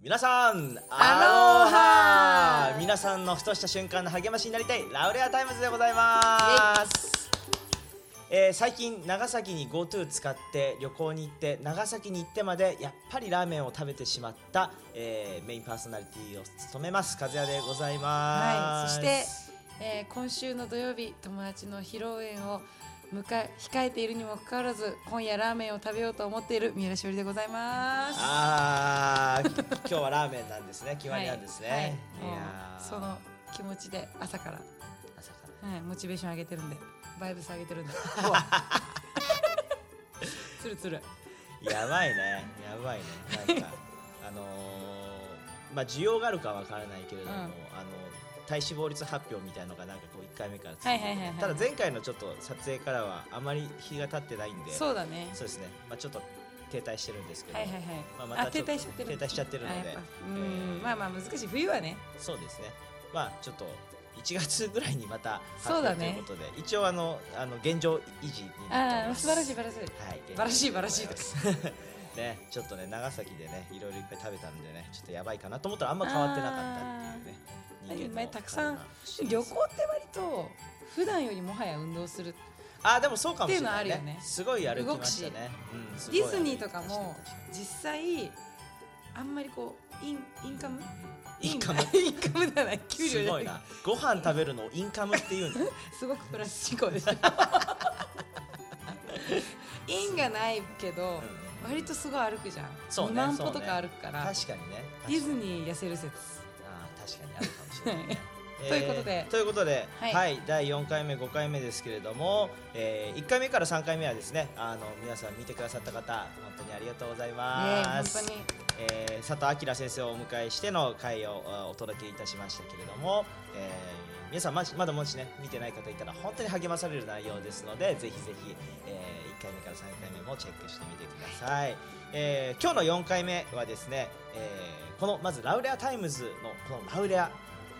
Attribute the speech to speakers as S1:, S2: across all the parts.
S1: 皆さんアロ
S2: ハ
S1: ハ皆さんのふとした瞬間の励ましになりたいラウレアタイムズでございます、えー最近長崎に GoTo 使って旅行に行って長崎に行ってまでやっぱりラーメンを食べてしまった、えーメインパーソナリティを務めます和也でござい
S2: はい、
S1: ま
S2: そ
S1: す、
S2: して、えー今週の土曜日友達の披露宴を迎え控えているにもかかわらず今夜ラーメンを食べようと思っている三浦しおりでございます。
S1: あー 今日はラーメンなんですね決まりなんですね、
S2: はい
S1: い
S2: はい
S1: や
S2: も
S1: ー
S2: うその気持ちで朝から、
S1: 朝から
S2: はい、モチベーション上げてるんでバイブス上げ てるんで今日はつるつる
S1: やばいね、やばいね、な んか、あのーまあ、需要があるかわからないけれども、
S2: うん
S1: あの。体脂肪率発表みたいのがなんかこう1回目から続
S2: はい
S1: て
S2: はいはいはい
S1: ただ前回のちょっと撮影からはあまり日が経ってないんで
S2: そうだね
S1: そうですね、まあ、ちょっと停滞してるんですけど、
S2: はいはいはい、
S1: まあまた
S2: あ停滞しちゃってる
S1: 停滞しちゃってるので
S2: あやっぱう
S1: え
S2: ん
S1: ー
S2: まあまあ難しい冬はね
S1: そうですねまあちょっと1月ぐらいにまた
S2: そうだね
S1: 発表ということで一応あのあの現状維持になってお
S2: あ
S1: り
S2: あ
S1: ま
S2: ー
S1: す
S2: 素晴らしい素晴らしい
S1: はい、。
S2: 晴らしい素晴らしいです
S1: ね、ちょっとね長崎でねいろいろいっぱい食べたんでねちょっとやばいかなと思ったらあんま変わってなかったっていうね
S2: あー
S1: 人間の
S2: 前たくさん
S1: 体の不思議
S2: 旅行
S1: で
S2: っ
S1: す
S2: て割と普段よりもはや運動する
S1: あーでもそうかもしれないね
S2: っていうのあるよね
S1: すごい歩きましたね、うんすごい
S2: デ
S1: 歩
S2: ィ
S1: い
S2: ズ
S1: て
S2: ニーとかも
S1: 確に
S2: 実際あんまりこうインインカム
S1: インカム
S2: インカムだない給
S1: す
S2: 料じゃ
S1: ご
S2: ないい
S1: なご飯食べるのをインカムってい うんだね
S2: すごくプラス思考でしたインがないけど
S1: うん
S2: 割とすごい歩くじゃん
S1: そうね
S2: 2万
S1: そ
S2: 歩
S1: うね
S2: とか歩くから、
S1: 確かにね
S2: ディズ
S1: ー
S2: ニー痩せる説
S1: あー確かにあるかもしれないね
S2: ということで
S1: えーということで、は、
S2: はいい
S1: 第4回目、5回目ですけれども、えー、1回目から3回目はですね、あの皆さん見てくださった方、本当にありがとうござい
S2: ね
S1: ま
S2: 本
S1: す。
S2: 当に
S1: えー、佐藤明先生をお迎えしての会をあお届けいたしましたけれども、えー皆さんままだもしね見てない方いたら本当に励まされる内容ですのでぜひぜひ、え1回目から3回目もチェックしてみてください、えー今日の4回目はですね、えーこのまずラウレアタイムズのこのラウレア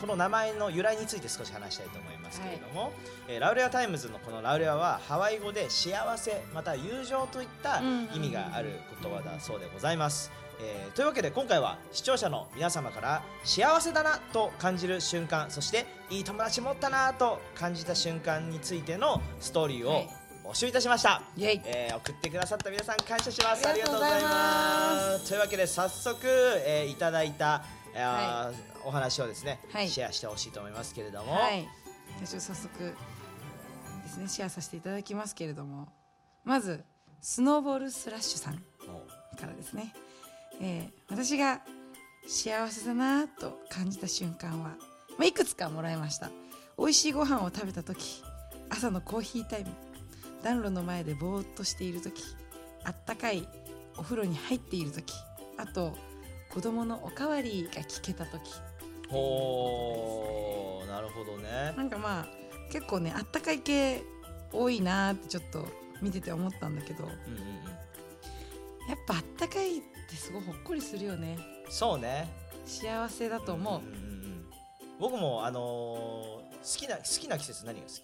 S1: この名前の由来について少し話したいと思いますけれども、えーラウレアタイムズのこのラウレアはハワイ語で幸せまたは友情といった意味がある言葉だそうでございます、えーというわけで今回は視聴者の皆様から幸せだなと感じる瞬間そしていい友達持ったなと感じた瞬間についてのストーリーを
S2: はい
S1: 募集いたしました、
S2: イエイ
S1: えー送ってくださった皆さん感謝しますあ
S2: あ
S1: り
S2: り
S1: がとう
S2: がとう
S1: ご
S2: ご
S1: ざ
S2: ざ
S1: い
S2: い
S1: ま
S2: ます
S1: というわけで早速、えーいただいた、えーお話をですね、
S2: はい
S1: シェアしてほしいと思いますけれども、
S2: はい、じゃあちょっと早速ですねシェアさせていただきますけれどもまずスノーボールスラッシュさん
S1: も
S2: からですね、えー私が幸せだなぁと感じた瞬間は、まあ、いくつかもらいました美味しいご飯を食べた時朝のコーヒータイム暖炉の前でぼーっとしている時あったかいお風呂に入っている時あと子供のおかわりが聞けた時
S1: うほうなるほどね
S2: なんかまあ結構ねあったかい系多いなーってちょっと見てて思ったんだけど
S1: うんうんうん
S2: やっぱあったかいってすごいほっこりするよね
S1: そうね
S2: 幸せだ と思う、
S1: んんん僕もあのー好きな好きな季節何が好き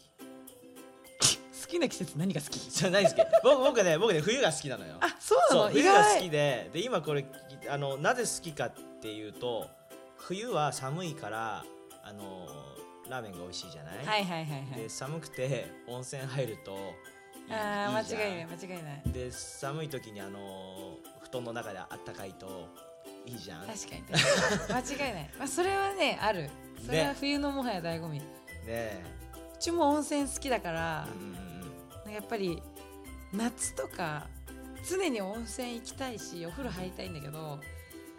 S2: 好きな季節何が好き
S1: それ何好き 僕僕ね僕ね冬が好きなのよ
S2: あそうな
S1: そう
S2: の意
S1: 冬が好
S2: 外
S1: きでで今これあのなぜ好きかっていうと冬は寒いからあのーラーメンが美味しいじゃない、
S2: はいはいはいはい
S1: で寒くて温泉入るといい
S2: ああ
S1: いいじゃん
S2: 間違いない間違いない
S1: で寒い時にあのー布団の中であったかいといいじゃん
S2: 確 かに確かに間違いない、まあ、それはねあるそれは冬のもはや醍醐味、
S1: ね
S2: うちも温泉好きだか
S1: え
S2: ら
S1: う、んうんうん
S2: なんかやっぱり夏とか常に温泉行きたいしお風呂入りたいんだけど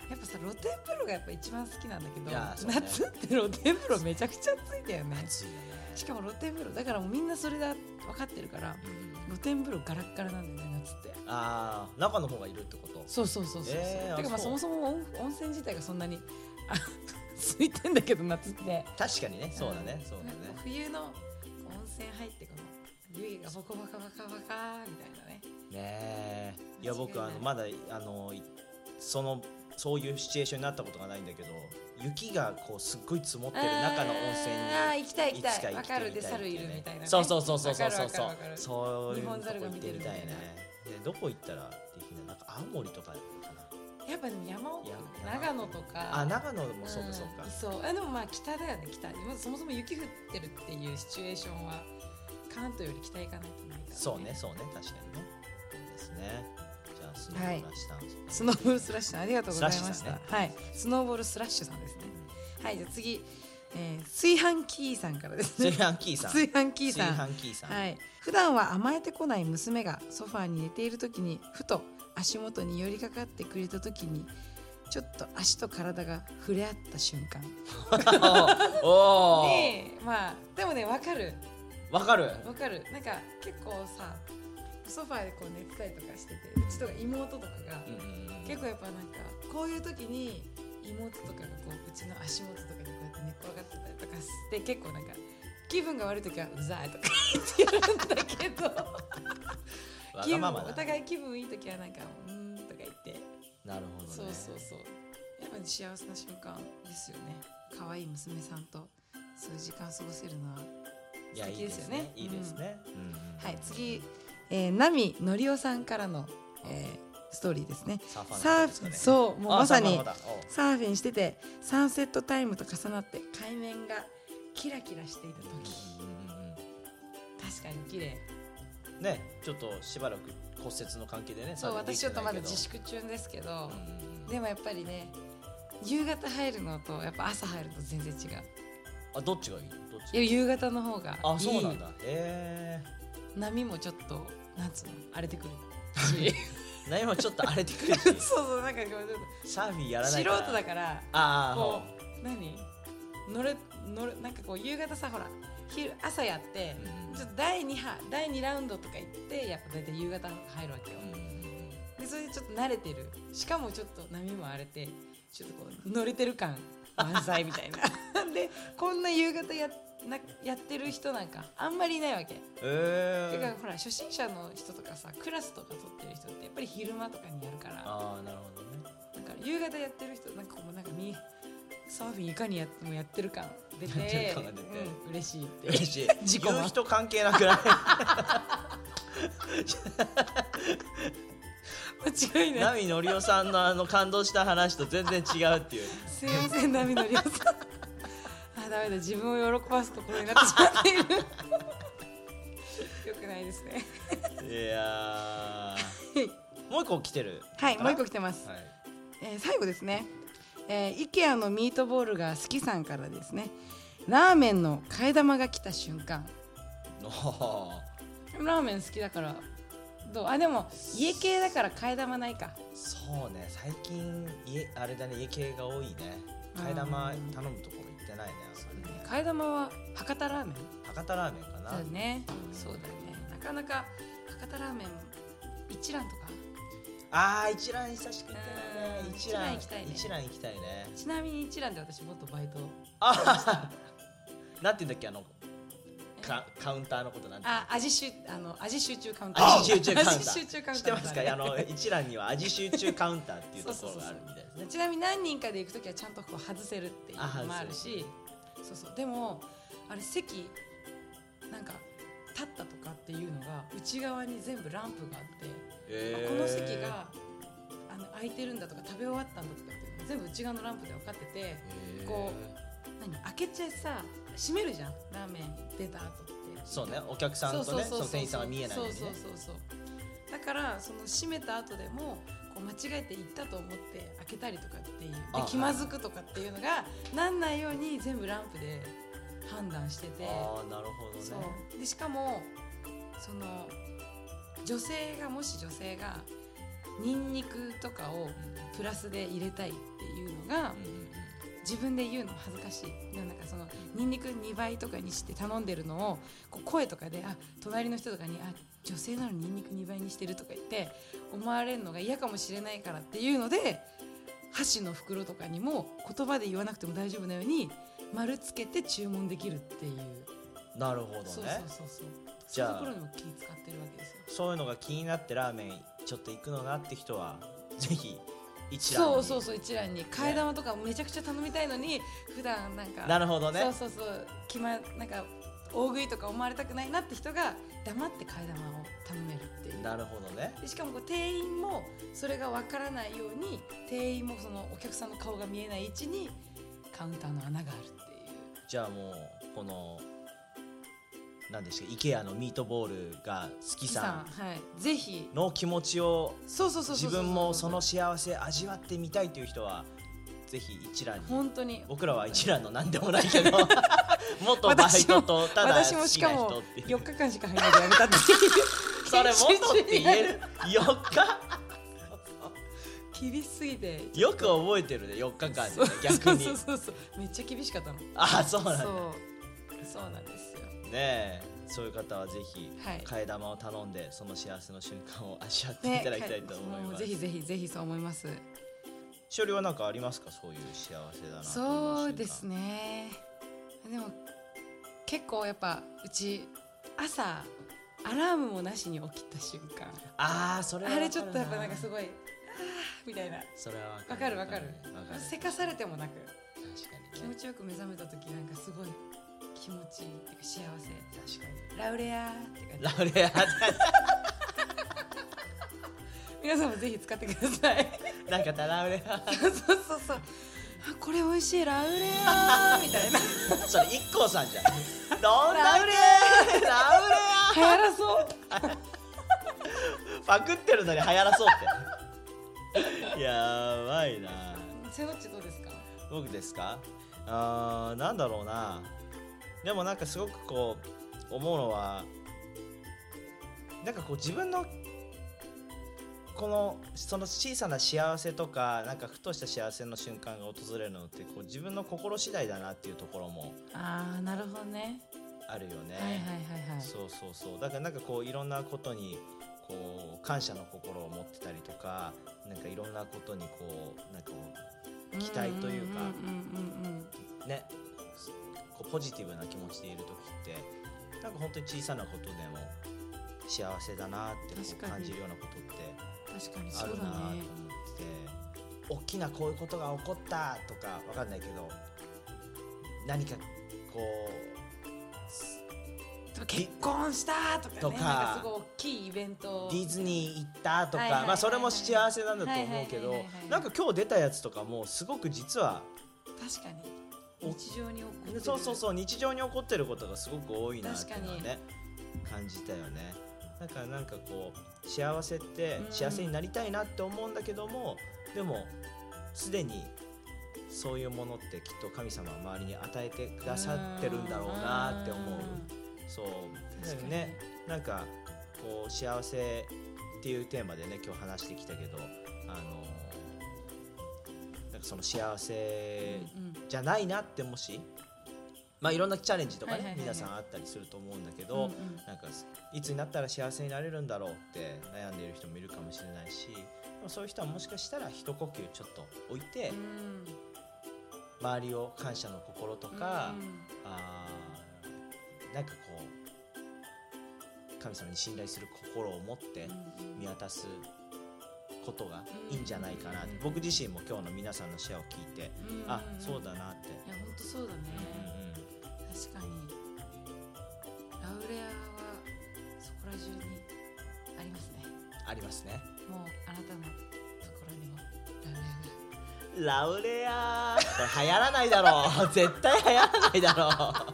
S2: やっぱさ露天風呂がやっぱ一番好きなんだけど、
S1: いやそうね
S2: 夏って露天風呂めちゃくちゃ暑いんだよね
S1: 暑いよね
S2: しかも露天風呂だからもうみんなそれだ分かってるから
S1: うんうんうん
S2: 露天風呂ガラッガラなんだよね夏って
S1: ああ中の方がいるってこと
S2: そうそうそうそうそう、
S1: えーあ
S2: てかまあ
S1: そ
S2: そうもそも温温泉自体がそんなにあ 空いてんだけど夏って
S1: 確かにねそうだねそうだ
S2: なんか
S1: ね
S2: 冬の温泉入ってこの湯気がボコボコボコボコみたいなね
S1: ねえいや
S2: 間違いない
S1: 僕あのまだあのいそのそういうシチュエーションになったことがないんだけど雪がこうすっごい積もってる中の温泉に
S2: あー行きたい行き
S1: いつ
S2: た
S1: か
S2: い
S1: 行
S2: わ
S1: ってみた
S2: か
S1: い
S2: る
S1: っていうね
S2: で猿いるみたいなね
S1: そうそうそうそうそうそう
S2: わかるわかるわかる
S1: そういう
S2: 日
S1: とこ
S2: 本猿
S1: 行
S2: が
S1: っ
S2: 見
S1: て
S2: てる
S1: み
S2: み
S1: た
S2: た
S1: い
S2: いな
S1: ねでどこ行ったらできるのなんか青森とかかな
S2: やっぱでも山奥
S1: 山奥
S2: 長野と
S1: あ
S2: か
S1: 長野もそうかそうか
S2: んいそうあでもまあ北だよね北まずそもそも雪降ってるっていうシチュエーションは関東より北行かないとないから、
S1: そうねそうね確かにねいいですねじゃあスノーブラシタン、
S2: スノーボールスラッシュさんありがとうございまし
S1: ス
S2: た、
S1: ラッシュさんね
S2: はいスノーボールスラッシュさんですねはいじゃあ次、えー、炊飯キーさんからです
S1: 炊
S2: ね
S1: 飯器さん
S2: 炊飯キーさん
S1: 炊飯器さん、
S2: はい、普段は甘えてこない娘がソファーに寝ている時にふと足元に寄りかかってくれた時にちょっと足と体が触れ合った瞬間
S1: おお
S2: でまあでもねわかる
S1: わかる
S2: わかるなんか結構さソファーでこう寝てたりとかしててうちとか妹とかが
S1: うんうんうん
S2: 結構やっぱなんかこういう時に妹とかがこううちの足元とかにこうやって寝っ転がってたりとかして結構なんか気分が悪い時はうざいとか言ってるんだけど
S1: わ
S2: 気
S1: が
S2: 分
S1: まま
S2: お
S1: だ
S2: 互い気分いい時はなんかうーんとか言って、
S1: なるほどね
S2: そうそうそうやっぱり幸せな瞬間ですよね可愛い娘さんとそういう時間を過ごせるのは
S1: や
S2: 素敵ですよね
S1: いいですねいいですねうんうん
S2: はい次、えー、ナミのりおさんからの、えーストーリーですね
S1: サーファーの
S2: サ
S1: 方
S2: ー
S1: です
S2: フ
S1: か
S2: ィン
S1: ね
S2: そうもう
S1: あ
S2: まさ
S1: サー
S2: に
S1: ファーの方だおう
S2: サーフィンしててサンセットタイムと重なって海面がキラキラしていた時
S1: うんうんうん
S2: 確かに綺麗
S1: うんねちょっとしばらく骨折の関係でね
S2: そう
S1: サーフィンで
S2: 私
S1: き
S2: ちょってと
S1: な
S2: ま
S1: い
S2: だ
S1: けど
S2: 自粛中ですけど、
S1: うんうんうん
S2: でもやっぱりね夕方入るのとやっぱ朝入ると全然違う
S1: あどっちがいいどっ
S2: い
S1: ち
S2: や夕方の方がいい
S1: あそうなんだへえ
S2: 波もちょっとなんつうの荒れてく るし
S1: 何もちょっと荒れてくるし
S2: そうそうなんかこうちょっ
S1: サーフィンや
S2: と
S1: らな
S2: 素
S1: いから
S2: 人だから
S1: ああ
S2: こう何乗る乗るなんかこう夕方さほら昼朝やって、
S1: うん
S2: ちょっと第2波第2ラウンドとか行ってやっぱ大体夕方入るわけよ、
S1: うんうんうん
S2: でそれでちょっと慣れてるしかもちょっと波も荒れてちょっとこう乗れてる感満載み たいなでこんな夕方やなやってる人なんかあんまりいないわけ、
S1: え
S2: だから
S1: え
S2: ほら初心者の人とかさクラスとか取ってる人ってやっぱり昼間とかにやるからなんか
S1: ああなるほどね
S2: 夕方やってる人なんかこうなんかみサーフィンいかにやってもやってる感出て
S1: やってる感が出て
S2: うん、嬉しいって
S1: 嬉しい
S2: 自己満
S1: 言う人関係なく ない
S2: 間違いない
S1: 波のりおさんのあの感動した話と全然違うっていう
S2: すいません波の りょうさんあダメだ自分を喜ばすところになってしまっている よくないですね
S1: いやーもう一個来てる
S2: はいもう一個
S1: 来
S2: 来てます、
S1: はい
S2: えー最後ですね、えー、IKEA のミートボールが好きさんからですねラーメンの替え玉が来た瞬間
S1: おー
S2: ラーメン好きだからどうあでも家系だから替え玉ないか
S1: そうね最近家あれだね家系が多いね替え玉頼むところ行ってないねあんまりね
S2: 替え玉は博多ラーメン
S1: 博多ラーメンかな
S2: だよねそうだよねなかなか博多ラーメン一蘭とか
S1: あー一蘭久しく行ってない
S2: うん
S1: ね一蘭
S2: 一蘭行きたいね
S1: 一蘭行きたいね
S2: ちなみに一蘭で私もっとバイト
S1: あーなんて言うんだっけあのカカウンターのことなんて言うんだっけ
S2: あ味集あの味集中カウンター
S1: 味集中カウンター
S2: 味集中カウンター
S1: 知ってますか
S2: ね
S1: あの一覧には 味集中カウンターっていうところがあるみたいですね
S2: ちなみに何人かで行く時はちゃんとこう外せるっていう
S1: あ
S2: のもあるしそうそうでもあれ席なんか立ったとかっていうのが内側に全部ランプがあって、あこの席があの空いてるんだとか食べ終わったんだとかっていうのが全部内側のランプで分かっててこ何開けちゃさ閉めるじゃんラーメン出た後って
S1: そうねお客さんとねその店員さんは見えないん
S2: そう
S1: で
S2: そう
S1: ね
S2: そうそうだからその閉めた後でもこう間違えて行ったと思って開けたりとかっていうで
S1: あ
S2: 気まずくとかっていうのがなんないように全部ランプで判断してて
S1: ああなるほどね
S2: そうでしかもその女性がもし女性がニンニクとかをプラスで入れたいっていうのが
S1: うんうんうん
S2: 自分で言うの恥ずかしいでもなんかそのニンニク2倍とかにして頼んでるのをこう声とかであ隣の人とかにあ女性なのにニンニク2倍にしてるとか言って思われるのが嫌かもしれないからっていうので箸の袋とかにも言葉で言わなくても大丈夫なように丸つけて注文できるっていう
S1: なるほど
S2: そうそう
S1: ね
S2: そうそう
S1: じゃあ
S2: そういうところにも気使ってるわけですよ
S1: そういうのが気になってラーメンちょっと行くのなって人はぜひ一覧に
S2: そうそうそう一覧に替え玉とかめちゃくちゃ頼みたいのに普段なんか
S1: なるほどね
S2: そうそうそう気まなんか大食いとか思われたくないなって人が黙って替え玉を頼めるっていう
S1: なるほどね
S2: でしかもこう店員もそれがわからないように店員もそのお客さんの顔が見えない位置にカウンターの穴があるっていう
S1: じゃあもうこの何でしたっけ IKEA のミートボールが好きさ
S2: はいぜひ
S1: んの気持ちを
S2: そうそうそう
S1: 自
S2: そうそう
S1: 分もその幸せ味わってみたいという人はぜひ一覧に
S2: 本当に
S1: 僕らは一覧の何でもないけ ど元バイトとただ好
S2: 私もし
S1: き
S2: か
S1: な
S2: も
S1: 人っていう
S2: 4日間しか入らないでやめ たっていう
S1: それ元って言える4
S2: 厳しすぎて
S1: 日よく覚えてるね4日間でね
S2: そう
S1: 逆に
S2: そうそうそうそうめっちゃ厳しかったの
S1: ああそうなんだ
S2: そうそうなんですよ
S1: ねえそういう方はぜひ
S2: はい
S1: 替え玉を頼んでその幸せの瞬間を味わってい
S2: ね
S1: ただきたいと思い
S2: も
S1: ま
S2: う
S1: す
S2: ぜひぜひぜひそう思います
S1: しおりは何かありますかそういう幸せだなと思
S2: そうです
S1: ね
S2: ねでも結構やっぱうち朝アラームもなしに起きた瞬間
S1: ああそれは
S2: あれちょっとやっぱなんかす
S1: い
S2: ごいあーみたいな
S1: それはわ
S2: わかるわかる
S1: わかる
S2: せかされてもなく
S1: 確か
S2: 気
S1: に
S2: 持
S1: ね
S2: ちよく目覚めた時なんかすごい気持ちいいっていうか幸せ
S1: 確かに
S2: ラウレアーって感じ
S1: ラウレア
S2: 皆さんもぜひ使ってください
S1: なんかたラウレ
S2: そうそうそうあこれ美味しいラウレアーみた いな
S1: アそれ一 k さんじゃんどんだ
S2: ラウレ
S1: けラウレ
S2: 流行らそう
S1: アパクってるのに流行らそうってやばいな
S2: セロッチどうですか
S1: 僕ですかあーなんだろうなでもなんかすごくこう思うのはなんかこう自分のこのその小さな幸せとかなんかふとした幸せの瞬間が訪れるのってこう自分の心次第だなっていうところも
S2: ああなるほどね
S1: あるよね、
S2: はいはいはいはい
S1: そうそうそうだからなんかこういろんなことにこう感謝の心を持ってたりとかなんかいろんなことにこうなんかこう期待というか、
S2: うんうんうんうん
S1: ねこうポジティブな気持ちでいる時ってなんか本当に小さなことでも幸せだなってこう
S2: 確かに
S1: 感じるようなことって
S2: 確かに
S1: あ
S2: そう
S1: るな
S2: だ
S1: と思っ
S2: ね
S1: てて、大きなこういうことが起こったとかわかんないけど何かこ
S2: と結婚したとかね
S1: とか
S2: なんかすごい大きいイベント
S1: うディズニー行ったとか、
S2: はいはいはいはい
S1: まあ、それも幸せなんだと思うけ
S2: は
S1: ど
S2: いはいはいはいはい
S1: なんか今日出たやつとかもすごく実は
S2: 確か
S1: お
S2: に日常に起こってる
S1: そうそうそう日常に起こってることがすごく多いなっていうのは
S2: 確か
S1: ね感じたよねだからなんかこう幸せって
S2: うん
S1: 幸せになりたいなって思うんだけども、でもすでにそういうものってきっと神様は周りに与えてくださってるんだろうなって思うそう
S2: 確かに
S1: ねなんかこう幸せっていうテーマでね今日話してきたけどあのなんかその幸
S2: うん
S1: せ
S2: うん
S1: じゃないなってもし、まあ、いろんなチャレンジとかね、
S2: はいはいはいは
S1: 皆
S2: い
S1: さんあったりすると思うんだけど、
S2: うんうん
S1: なんかいつになったら幸せになれるんだろうって悩んでいる人もいるかもしれないしでもそういう人はもしかしたら一呼吸ちょっと置いて、
S2: うん
S1: 周りを感謝の心とか、あーなんかこう神様に信頼する心を持って
S2: うんうん
S1: 見渡すことがいいんじゃないかなって、僕自身も今日の皆さんのシェアを聞いて、
S2: うんうん
S1: あそうだなって。
S2: いや本当そうだね
S1: うんうんうん
S2: 確かにラウレアはそこら中にありますね
S1: ありますね。
S2: もうあなたのところにもラ
S1: ラ
S2: ウレアが
S1: ウレアーこれ流行らないだろう 絶対流行らないだろ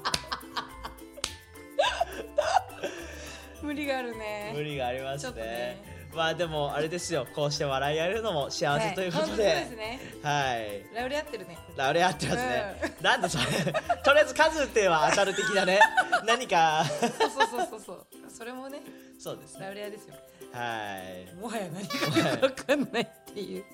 S2: 無理がある
S1: う
S2: ね
S1: 無理がありま
S2: ちょ
S1: す
S2: っ
S1: ね
S2: とね
S1: まあでもあれですよこうして笑い合えるのも幸せということで、
S2: は、
S1: はいい
S2: 本当そうですねラウレ合ってるね
S1: ラウレアーってやつね、なんでそれ とりあえず数打っては当たる的なね何 か
S2: そうそうそうそうそうそれもね
S1: そうです
S2: ラ
S1: ね
S2: ウレアですよ
S1: はい
S2: もはや何がよくわかんないっていう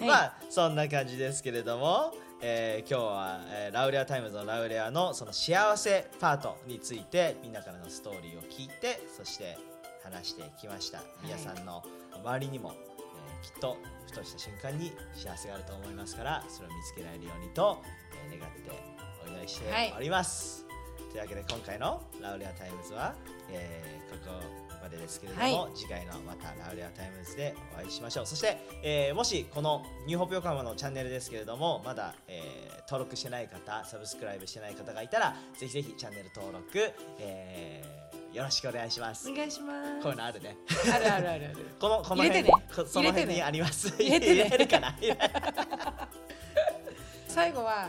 S2: はい、
S1: まあそんな感じですけれども、えー今日は、えーラウレアタイムズのラウレアのその幸せパートについてみんなからのストーリーを聞いてそして話してきました、
S2: い
S1: 皆さんの周りにも、えーきっとふとした瞬間に幸せがあると思いますからそれを見つけられるようにと、えー願ってお祈りしております、というわけで今回の「ラウレアタイムズは」えーここまでですけれども、
S2: はい
S1: 次回のまたラウレアタイムズでお会いしましょうそして、えーもしこのニューホープ横浜のチャンネルですけれどもまだ、えー登録してない方サブスクライブしてない方がいたらぜひぜひチャンネル登録、えーよろしくお願いします
S2: お願いします
S1: こういうのあるね
S2: あるあるあるある
S1: このこの
S2: 入れ
S1: 辺、
S2: てね
S1: こその
S2: 入れて
S1: 辺
S2: ね
S1: にあります
S2: 入れてね
S1: るかな
S2: 最後は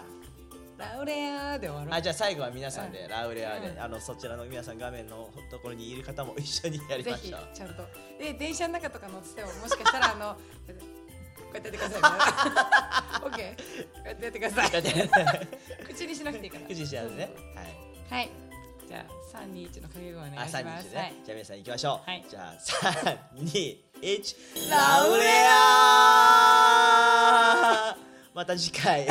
S2: ラウレアで終わろう
S1: あじゃあ最後は皆さんで、ラウレアで、
S2: うん
S1: あのそちらの皆さん画面のところにいる方も一緒にやり
S2: ぜ
S1: ま
S2: ひ
S1: しょう
S2: ちゃんとで電車の中とか乗っててももしかしたらあ のこうやってやってくださいねオッケーこうやってやってください 口にしなくていいから
S1: くじしちゃうねはい
S2: はいじゃあ3 2 1の掛け声お願いし
S1: あ
S2: ます
S1: 三人一緒
S2: は
S1: ね
S2: い、
S1: じゃあ皆さん行きましょう、
S2: はい
S1: じゃあ三 二一
S2: ラウレ
S1: アまた次回